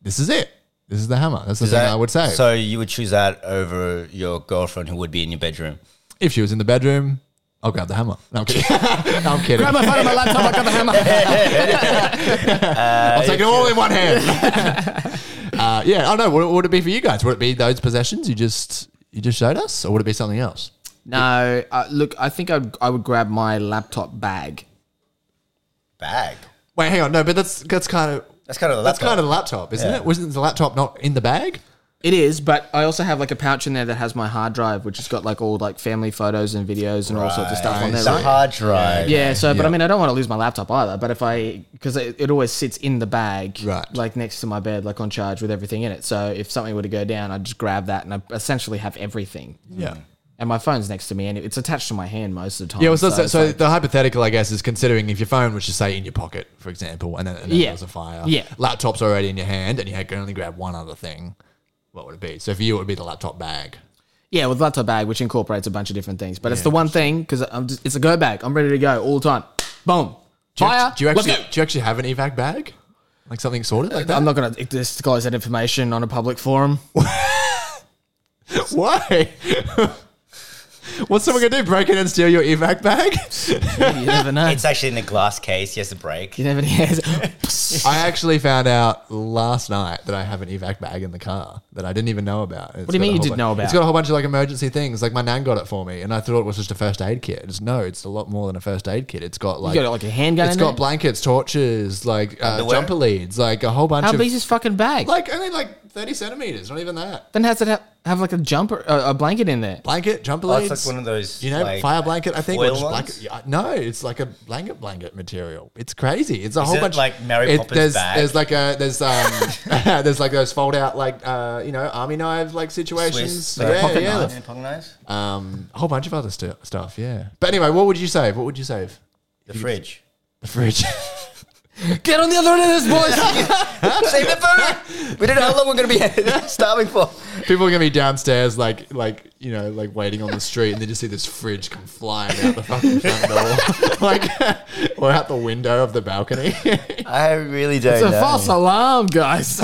Speaker 4: this is it. This is the hammer. That's the
Speaker 3: Is
Speaker 4: thing
Speaker 3: that-
Speaker 4: I would say.
Speaker 3: So you would choose that over your girlfriend who would be in your bedroom.
Speaker 4: if she was in the bedroom, I'll grab the hammer. No, I'm kidding. no, I'm kidding.
Speaker 6: grab my phone and my laptop, I got the hammer.
Speaker 3: Uh,
Speaker 4: I'll take it all in one hand. uh, yeah, I don't know. What, what would it be for you guys? Would it be those possessions you just you just showed us, or would it be something else?
Speaker 6: no, uh, look, I think I'd, I would grab my laptop bag.
Speaker 3: Bag.
Speaker 4: Wait, hang on. No, but that's that's kind of
Speaker 3: That's kind of the
Speaker 4: that's
Speaker 3: laptop.
Speaker 4: kind of the laptop, isn't
Speaker 3: Yeah.
Speaker 4: it? Wasn't the laptop not in the bag?
Speaker 6: It is, but I also have like a pouch in there that has my hard drive, which has got like all like family photos and videos and all sorts of stuff on there.
Speaker 3: the
Speaker 6: right?
Speaker 3: hard drive.
Speaker 6: Yeah, so but
Speaker 4: Yeah.
Speaker 6: I mean, I don't want to lose my laptop either. But if I, because it, it always sits in the bag,
Speaker 4: Right.
Speaker 6: like next to my bed, like on charge with everything in it. So if something were to go down, I'd just grab that and I essentially have everything.
Speaker 4: Yeah.
Speaker 6: And my phone's next to me, and it's attached to my hand most of the time.
Speaker 4: Yeah, well, so, so,
Speaker 6: it's like-
Speaker 4: the hypothetical, I guess, is considering if your phone was just say in your pocket, for example, and then, and then
Speaker 6: Yeah.
Speaker 4: there was a fire.
Speaker 6: Yeah.
Speaker 4: Laptop's already in your hand, and you had- can only grab one other thing. What would it be? So for you, it would be the laptop bag.
Speaker 6: yeah, with laptop bag, which incorporates a bunch of different things. But it's the one thing because it's a go bag. I'm ready to go all the time. Boom,
Speaker 4: Do you,
Speaker 6: fire.
Speaker 4: do you actually
Speaker 6: let's go. Uh,
Speaker 4: do you actually have an evac bag? Like something sorted like that?
Speaker 6: I'm not gonna disclose that information on a public forum.
Speaker 4: Why? What's someone gonna do? Break in and steal your evac bag?
Speaker 6: you never know.
Speaker 3: It's actually in a glass case. He has to break.
Speaker 6: you never know.
Speaker 4: I actually found out last night that I have an evac bag in the car that I didn't even know about. It's
Speaker 6: What do you
Speaker 4: got
Speaker 6: mean
Speaker 4: a
Speaker 6: you
Speaker 4: whole
Speaker 6: didn't
Speaker 4: bu-
Speaker 6: know about?
Speaker 4: It's got a whole bunch of like emergency things. Like my nan got it for me, and I thought it was just a first aid kit. It's no, it's a lot more than a first aid kit. It's got like
Speaker 6: got, like, a handgun
Speaker 4: It's
Speaker 6: in
Speaker 4: got
Speaker 6: there?
Speaker 4: blankets, torches, like uh,
Speaker 3: Underwear?
Speaker 4: jumper leads, like a whole bunch
Speaker 6: How
Speaker 4: of
Speaker 6: big's this fucking bag?
Speaker 4: like only like thirty centimeters. Not even that.
Speaker 6: Then has it have, have like a jumper, a, a blanket in there?
Speaker 4: Blanket, jumper
Speaker 3: Oh,
Speaker 4: leads.
Speaker 3: it's like one of those.
Speaker 4: you know,
Speaker 3: like,
Speaker 4: fire blanket. I think or
Speaker 3: foil
Speaker 4: just
Speaker 3: ones?
Speaker 4: blanket. yeah, No, it's like a blanket blanket material. It's crazy. It's a whole
Speaker 3: it
Speaker 4: bunch
Speaker 3: like Mary Poppins
Speaker 4: there's,
Speaker 3: bag?
Speaker 4: There's like a there's um there's like those fold out like uh you know army knives like situations.
Speaker 3: Swiss, like a
Speaker 4: yeah,
Speaker 6: pocket
Speaker 4: yeah.
Speaker 6: knife.
Speaker 3: Yeah, pocket knives?
Speaker 4: Um, a whole bunch of other stu- stuff. Yeah. But anyway, what would you save? What would you save?
Speaker 3: The fridge.
Speaker 4: The fridge.
Speaker 6: Get on the other end of this, boys.
Speaker 3: Save the food. We don't know how long we're going to be starving for.
Speaker 4: People are gonna be downstairs, like like you know, like waiting on the street, and they just see this fridge come flying out the fucking front door, like or out the window of the balcony.
Speaker 3: I really don't
Speaker 6: it's a
Speaker 3: know.
Speaker 6: false alarm, guys.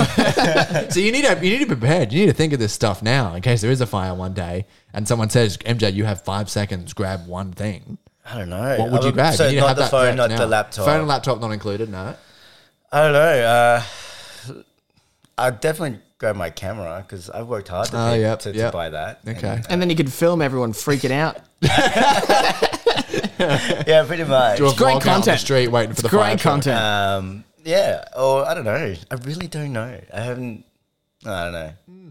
Speaker 4: So you need to you need to be prepared. You need to think of this stuff now in case there is a fire one day and someone says, MJ, you have five seconds, grab one thing.
Speaker 3: I don't know.
Speaker 4: What would you bag?
Speaker 3: So
Speaker 4: You need to
Speaker 3: not
Speaker 4: have
Speaker 3: the
Speaker 4: that
Speaker 3: phone,
Speaker 4: back
Speaker 3: not
Speaker 4: now.
Speaker 3: the laptop.
Speaker 4: Phone and laptop not included. No.
Speaker 3: I don't know. Uh, I'd definitely grab my camera because I've worked hard to,
Speaker 4: Oh,
Speaker 3: pay-
Speaker 4: yep,
Speaker 3: to, to
Speaker 4: yep.
Speaker 3: buy that.
Speaker 4: Okay.
Speaker 6: And then you could film everyone freaking out.
Speaker 3: And- yeah, pretty much.
Speaker 4: Do a
Speaker 6: great
Speaker 4: vlog out on the
Speaker 6: content.
Speaker 4: street waiting for the Uh, fire
Speaker 6: Great
Speaker 4: truck.
Speaker 6: content.
Speaker 3: Um, yeah, or I don't know. I really don't know. I haven't. I don't know.
Speaker 4: Hmm.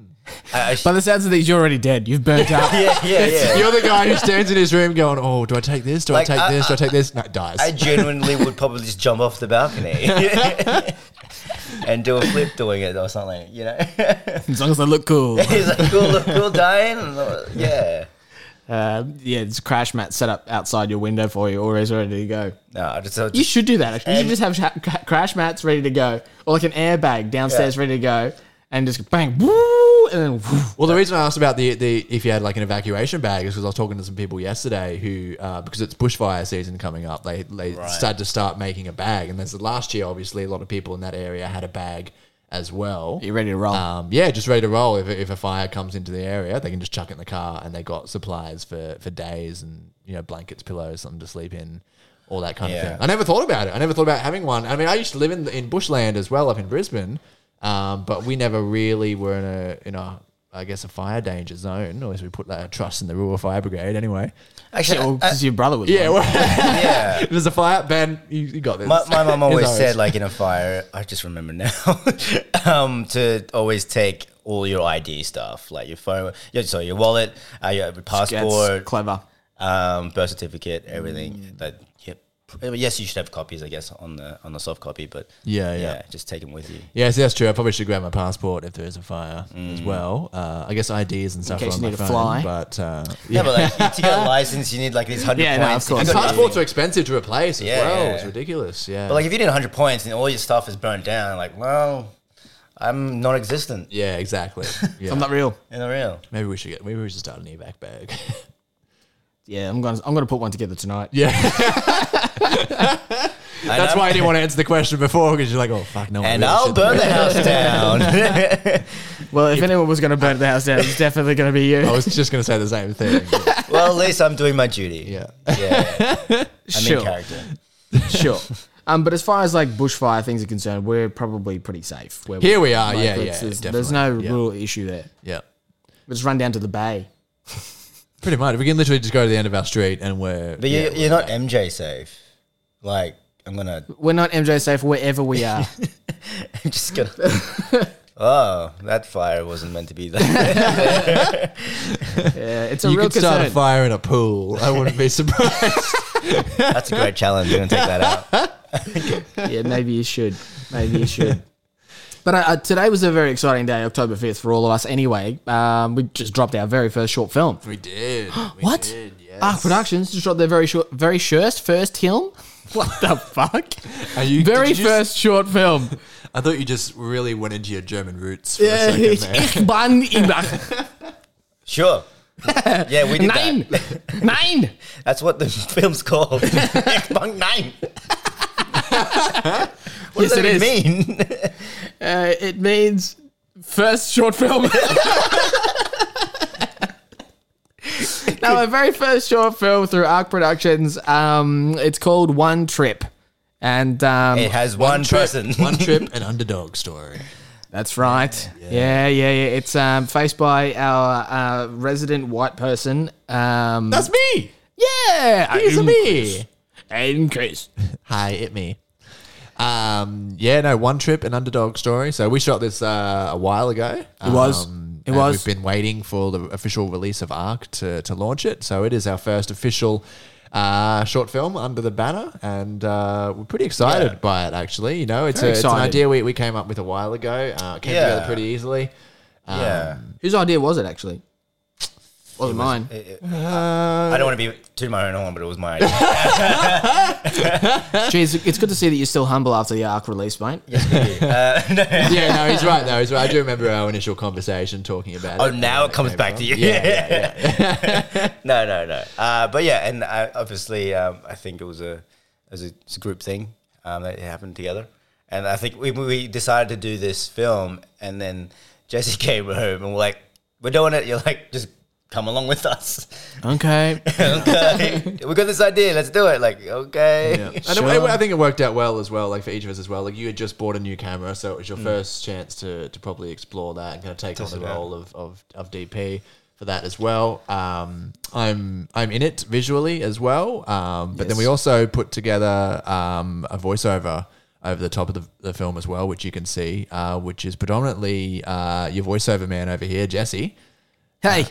Speaker 3: I, I sh-
Speaker 6: By the sounds of these, you're already dead. You've burnt out.
Speaker 3: yeah, yeah, yeah.
Speaker 4: You're the guy who stands in his room going, "Oh, do I take this? Do
Speaker 3: Like,
Speaker 4: I take
Speaker 3: I-
Speaker 4: this? Do I take this?" No, it dies.
Speaker 3: I genuinely would probably just jump off the balcony and do a flip doing it or something. You know,
Speaker 6: As long as I look cool.
Speaker 3: he's like, cool, look, cool, dying. And, uh, yeah.
Speaker 6: Uh, yeah, it's a crash mat set up outside your window for you, always ready to go.
Speaker 3: No, I just, I
Speaker 6: You
Speaker 3: just-
Speaker 6: should do that. Actually. You
Speaker 3: And-
Speaker 6: should just have ha- ca- crash mats ready to go, or like an airbag downstairs
Speaker 3: Yeah.
Speaker 6: ready to go, and just bang, woo, and then. Woo.
Speaker 4: Well, the reason I asked about the, the if you had like an evacuation bag is because I was talking to some people yesterday who uh, because it's bushfire season coming up, they they
Speaker 3: Right.
Speaker 4: started to start making a bag, and that's last year obviously a lot of people in that area had a bag as well.
Speaker 6: You ready to roll?
Speaker 4: Um, yeah, just ready to roll. If, if a fire comes into the area, they can just chuck it in the car, and they got supplies for for days, and you know blankets, pillows, something to sleep in, all that kind
Speaker 3: Yeah.
Speaker 4: of thing. I never thought about it. I never thought about having one. I mean, I used to live in in bushland as well up in Brisbane, um, but we never really were in a in a I guess a fire danger zone, or as we put that trust in the rural fire brigade anyway.
Speaker 3: actually, I- I-
Speaker 6: because your brother was.
Speaker 4: uh, Yeah,
Speaker 6: one.
Speaker 4: well,
Speaker 3: yeah.
Speaker 4: there's a fire, Ben. You, you got this.
Speaker 3: My, my mom always
Speaker 4: It's
Speaker 3: said, like in a fire, I just remember now, um, to always take all your ID stuff, like your phone, your, sorry, your wallet, uh, your
Speaker 6: That's
Speaker 3: passport,
Speaker 6: clever.
Speaker 3: um, birth certificate, everything.
Speaker 4: Mm.
Speaker 3: That yep. Uh, Yes, you should have copies, I guess, on the on the soft copy, but
Speaker 4: Yeah, yeah.
Speaker 3: just take them with you.
Speaker 4: Yeah, so that's true. I probably should grab my passport if there is a fire
Speaker 3: Mm.
Speaker 4: as well. Uh, I guess IDs and stuff
Speaker 6: case
Speaker 4: are on
Speaker 6: you
Speaker 4: my
Speaker 6: need to
Speaker 4: phone,
Speaker 6: fly.
Speaker 4: but uh,
Speaker 3: Yeah, but like to get a license, you need like these hundred
Speaker 6: Yeah, no,
Speaker 3: points.
Speaker 6: of course.
Speaker 3: If you got
Speaker 4: passports
Speaker 3: nothing-
Speaker 4: are expensive to replace as
Speaker 3: Yeah,
Speaker 4: well.
Speaker 3: yeah.
Speaker 4: It's ridiculous. Yeah,
Speaker 3: But like, if you need hundred points and all your stuff is burnt down, like, well, I'm non-existent.
Speaker 4: yeah, exactly. Yeah.
Speaker 6: I'm not real.
Speaker 3: In the real,
Speaker 4: maybe we should get. Maybe we should start an evac bag.
Speaker 6: Yeah, I'm going. to I'm going to put one together tonight.
Speaker 4: yeah, that's why I didn't want to answer the question before because you're like, oh fuck, no. I
Speaker 3: And
Speaker 4: really
Speaker 3: I'll
Speaker 4: should.
Speaker 3: burn the house down.
Speaker 6: Well, if anyone was going to burn the house down, it's definitely going to be
Speaker 4: I
Speaker 6: you.
Speaker 4: was just gonna say the same thing. but
Speaker 3: well, at least I'm doing my duty.
Speaker 4: yeah.
Speaker 3: Yeah. I'm in
Speaker 6: Sure,
Speaker 3: character.
Speaker 6: sure. Um, but as far as like bushfire things are concerned, we're probably pretty safe. Where
Speaker 4: Here we are, yeah, yeah,
Speaker 6: There's, there's
Speaker 4: definitely,
Speaker 6: no
Speaker 4: yeah.
Speaker 6: real issue there.
Speaker 4: Yeah.
Speaker 6: We'll just run down to the bay.
Speaker 4: Pretty much. We can literally just go to the end of our street and we're.
Speaker 3: But you,
Speaker 4: yeah,
Speaker 3: you're not MJ safe. Like, I'm gonna,
Speaker 6: We're not MJ safe wherever we are.
Speaker 3: I'm just gonna. oh, that fire wasn't meant to be there.
Speaker 6: yeah, it's a
Speaker 4: you
Speaker 6: real
Speaker 4: could start a
Speaker 6: concern.
Speaker 4: fire in a pool. I wouldn't be surprised.
Speaker 3: That's a great challenge. We're gonna take that out.
Speaker 6: yeah, maybe you should. Maybe you should. But uh, uh, today was a very exciting day, October 5th, for all of us anyway. Um, we just dropped our very first short film.
Speaker 4: we did. We
Speaker 6: What? Ah,
Speaker 4: did, yes.
Speaker 6: Arc Productions just dropped their very short, very first, first film. What the fuck?
Speaker 4: Are you,
Speaker 6: Very
Speaker 4: did you
Speaker 6: first short film.
Speaker 4: I thought you just really went into your German roots for a
Speaker 6: ich,
Speaker 4: second there.
Speaker 6: ich bin immer.
Speaker 3: Sure. Yeah, we did
Speaker 6: Nein,
Speaker 3: that.
Speaker 6: nein.
Speaker 3: That's what the film's called. Ich mag nein. what
Speaker 6: Yes,
Speaker 3: does
Speaker 6: it
Speaker 3: that
Speaker 6: is.
Speaker 3: mean?
Speaker 6: Uh, it means first short film. now, my very first short film through Arc Productions. Um, it's called One Trip, and um,
Speaker 3: It has one, person.
Speaker 4: One trip, an underdog story.
Speaker 6: That's right. Yeah, yeah, yeah. It's um, faced by our uh, resident white person. Um,
Speaker 4: That's me.
Speaker 6: yeah,
Speaker 4: It's
Speaker 6: I'm-
Speaker 4: me.
Speaker 6: I'm Chris.
Speaker 4: Hi, it me. Um, yeah, no, one trip, an underdog story. So we shot this uh, a while ago. It
Speaker 6: was. It was.
Speaker 4: We've been waiting for the official release of Arc to, to launch it. So it is our first official uh, short film under the banner, and uh, we're pretty excited by it. Actually, you know, it's, a,
Speaker 6: Very
Speaker 4: it's an
Speaker 6: excited.
Speaker 4: idea we, we came up with a while ago. Uh, it came
Speaker 3: Yeah.
Speaker 4: together pretty easily.
Speaker 3: yeah.
Speaker 6: Whose idea was it actually? Wasn't mine. Um,
Speaker 3: I don't want to be to my own horn, but it was my idea.
Speaker 6: Jeez, it's good to see that you're still humble after the Arc release, mate.
Speaker 4: yeah, no, he's right though. He's right. I do remember our initial conversation talking about.
Speaker 3: Oh,
Speaker 4: it.
Speaker 3: now it comes back to you.
Speaker 4: Yeah, yeah,
Speaker 3: no, no, no. Uh, but yeah, and I, obviously, um, I think it was a it was a, it's a group thing um, that happened together, and I think we we decided to do this film, and then Jesse came home and we're like, we're doing it. You're like, just come along with us.
Speaker 6: Okay.
Speaker 3: okay, we got this idea. Let's do it. Like, okay.
Speaker 4: Yeah. And it- it- I think it worked out well as well, like for each of us as well. Like you had just bought a new camera, so it was your
Speaker 3: Mm.
Speaker 4: first chance to to probably explore that and kind of take on
Speaker 3: Test
Speaker 4: the
Speaker 3: it out.
Speaker 4: role of, of, of DP for that as well. Um, I'm I'm in it visually as well, um, but then we also put together um, a voiceover over the top of the, the film as well, which you can see, uh, which is predominantly uh, your voiceover man over here, Jesse.
Speaker 6: Hey.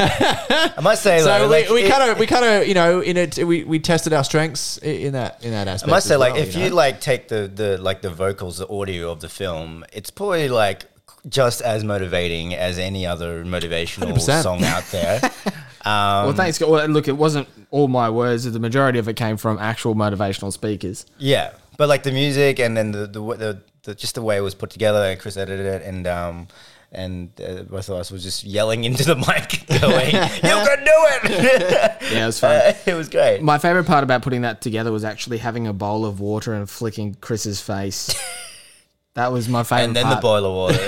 Speaker 3: I must say,
Speaker 4: So
Speaker 3: though,
Speaker 4: we,
Speaker 3: like,
Speaker 4: we
Speaker 3: it-
Speaker 4: kind of we kind of you know in it we, we tested our strengths i- in that in that aspect.
Speaker 3: I must say,
Speaker 4: as
Speaker 3: like,
Speaker 4: well,
Speaker 3: if
Speaker 4: know?
Speaker 3: you like take the the like the vocals, the audio of the film, it's probably like just as motivating as any other motivational
Speaker 4: 100%.
Speaker 3: song out there.
Speaker 6: Well, thanks. God. Well, look, it wasn't all my words. The majority of it came from actual motivational speakers.
Speaker 3: yeah, but like the music and then the the, wa- the, the just the way it was put together, and Chris edited it, and um. And uh, both of us was just yelling into the mic, going, "You can do it!"
Speaker 6: Yeah, it was fun.
Speaker 3: it was great.
Speaker 6: My favorite part about putting that together was actually having a bowl of water and flicking Chris's face. that was my favorite.
Speaker 3: and then
Speaker 6: part.
Speaker 3: the boiler water.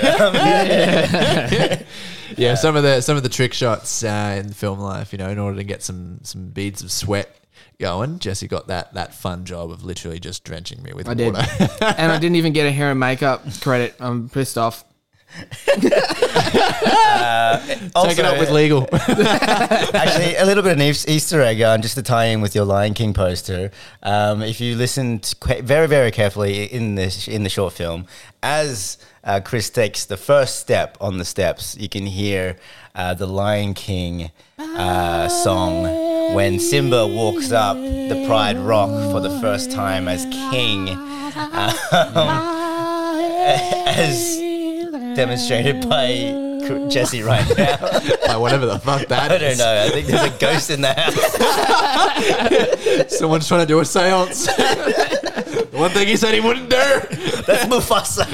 Speaker 4: Yeah, some of the some of the trick shots uh, in film life, you know, in order to get some some beads of sweat going, Jesse got that that fun job of literally just drenching me with
Speaker 6: I did,
Speaker 4: water.
Speaker 6: and I didn't even get a hair and makeup credit. I'm pissed off.
Speaker 4: Take it up with legal.
Speaker 3: Actually, a little bit of an eas- Easter egg, um, just to tie in with your Lion King poster. Um, if you listen to que- very, very carefully in this in the short film, as uh, Chris takes the first step on the steps, you can hear uh, the Lion King uh, song when Simba walks up the Pride Rock for the first time as king. Um, as demonstrated by Cr- Jesse right now.
Speaker 4: like whatever the fuck that
Speaker 3: I don't
Speaker 4: is.
Speaker 3: know. I think there's a ghost in the house.
Speaker 4: Someone's trying to do a seance. The One thing he said he wouldn't do.
Speaker 3: That's Mufasa.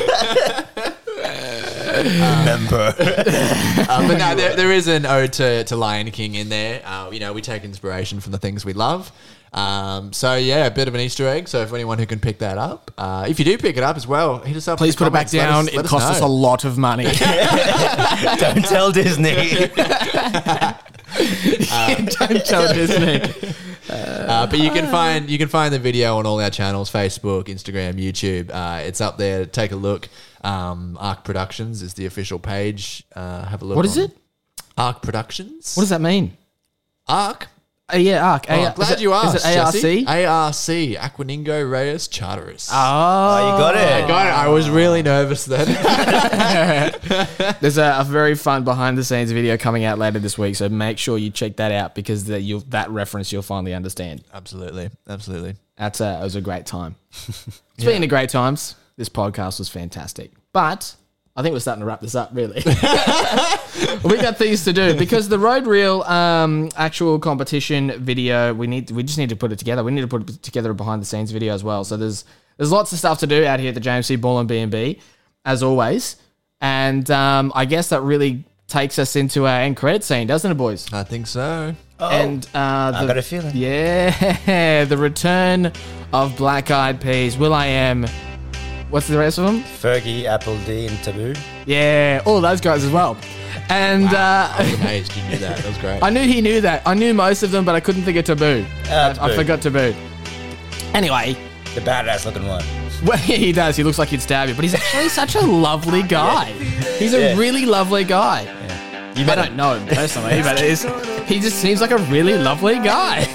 Speaker 3: Remember.
Speaker 4: Uh, but no, there, there is an ode to, to Lion King in there. Uh, you know, we take inspiration from the things we love. Um, so yeah, a bit of an Easter egg. So if anyone who can pick that up, uh, if you do pick it up as well, hit us up. in
Speaker 6: Please
Speaker 4: the
Speaker 6: put it back
Speaker 4: comments. Let
Speaker 6: down.
Speaker 4: let
Speaker 6: it cost us a
Speaker 4: know.
Speaker 6: lot of money.
Speaker 3: Don't tell Disney.
Speaker 6: Don't tell Disney.
Speaker 4: Uh, but you can find you can find the video on all our channels: Facebook, Instagram, YouTube. Uh, it's up there. Take a look. Um, Arc Productions is the official page. Uh, have a look.
Speaker 6: What is
Speaker 4: on-
Speaker 6: it?
Speaker 4: Arc Productions.
Speaker 6: What does that mean?
Speaker 4: Arc?
Speaker 6: Uh, yeah, ARC.
Speaker 4: Oh,
Speaker 6: A-
Speaker 4: glad
Speaker 6: is it-
Speaker 4: you asked.
Speaker 6: Is it ARC?
Speaker 4: Jesse. ARC. Aquaningo Reyes Charteris. Oh,
Speaker 6: Oh,
Speaker 3: Oh, you got it.
Speaker 4: God, I was really nervous then.
Speaker 6: there's a, a very fun behind the scenes video coming out later this week, so make sure you check that out because that you that reference you'll finally understand.
Speaker 4: absolutely, absolutely.
Speaker 6: That's a, it was a great time. Speaking of great times, this podcast was fantastic. But I think we're starting to wrap this up, really. we got things to do because the road reel um, actual competition video we need we just need to put it together. We need to put together a behind the scenes video as well. So there's there's lots of stuff to do out here at the James C Ball and B and B, as always. And um, I guess that really takes us into our end credit scene, doesn't it, boys?
Speaker 4: I think so.
Speaker 6: and uh, the,
Speaker 3: got a feeling.
Speaker 6: Yeah, the return of Black Eyed Peas. Will I am. What's the rest of them?
Speaker 3: Fergie, Appleby, and Taboo.
Speaker 6: Yeah, all those guys as well. And uh,
Speaker 4: I was amazed you knew that. That was great.
Speaker 6: I knew he knew that. I knew most of them, but I couldn't think of Taboo.
Speaker 3: Uh,
Speaker 6: I
Speaker 3: Taboo.
Speaker 6: forgot Taboo. Anyway,
Speaker 3: The badass looking one.
Speaker 6: well, he does. He looks like he'd stab you, but he's actually such a lovely guy. He's a
Speaker 3: Yeah.
Speaker 6: really lovely guy.
Speaker 3: You
Speaker 6: I don't know him personally, but it's, he just seems like a really lovely guy.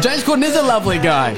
Speaker 6: James Corden is a lovely guy.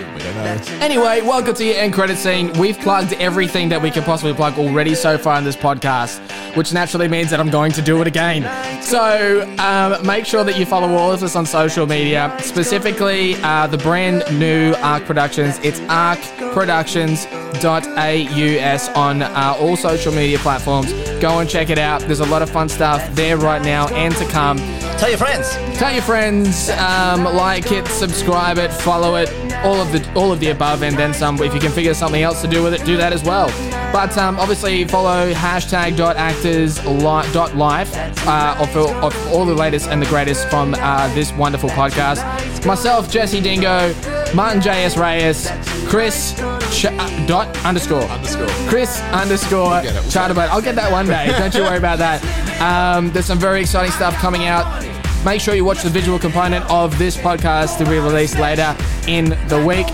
Speaker 6: Anyway, welcome to your end credit scene. We've plugged everything that we can possibly plug already so far in this podcast, which naturally means that I'm going to do it again. So um, make sure that you follow all of us on social media, specifically uh, the brand new Arc Productions. It's arcproductions.aus on uh, all social media platforms. Go and check it out. There's a lot of fun stuff there right now and to come.
Speaker 3: Tell your friends.
Speaker 6: Tell your friends, um, like it, subscribe it, follow it, all of the all of the above, and then some. If you can figure something else to do with it, do that as well. But um, obviously, follow hashtag dot actors li- dot life uh, of, of all the latest and the greatest from uh, this wonderful podcast. Myself, Jesse Dingo, Martin J.S. Reyes, Chris Ch- uh, dot underscore
Speaker 4: Underscore.
Speaker 6: Chris underscore
Speaker 4: get it.
Speaker 6: Charterbird. I'll get that one day. Don't you worry about that. Um, there's some very exciting stuff coming out. Make sure you watch the visual component of this podcast to be released later in the week.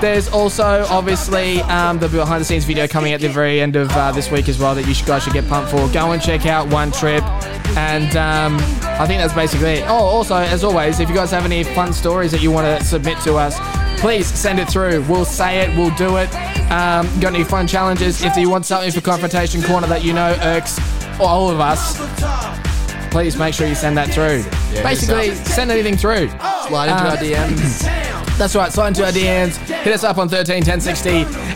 Speaker 6: There's also obviously um, the behind the scenes video coming at the very end of uh, this week as well that you should, guys should get pumped for. Go and check out One Trip. And um, I think that's basically it. Oh, also, as always, if you guys have any fun stories that you want to submit to us, please send it through. We'll say it, we'll do it. Um, got any fun challenges? If you want something for Confrontation Corner that you know irks all of us, please make sure you send that through. Basically, send anything through.
Speaker 4: Slide into
Speaker 6: Uh,
Speaker 4: our DMs.
Speaker 6: That's right. Sign to our DMs. Hit us up on 13 1060.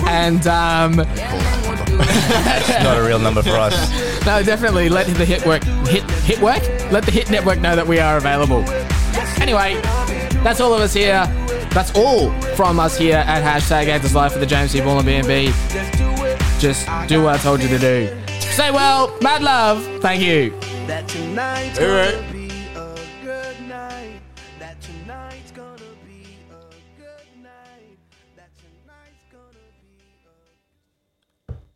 Speaker 6: And um,
Speaker 3: It's not a real number for us.
Speaker 6: no, definitely let the hit work hit hit work. Let the hit network know that we are available. Anyway, that's all of us here. That's all from us here at hashtag Actors Life for the James C. Ball and BNB. Just do what I told you to do. Stay well. Mad love. Thank you.
Speaker 4: All right.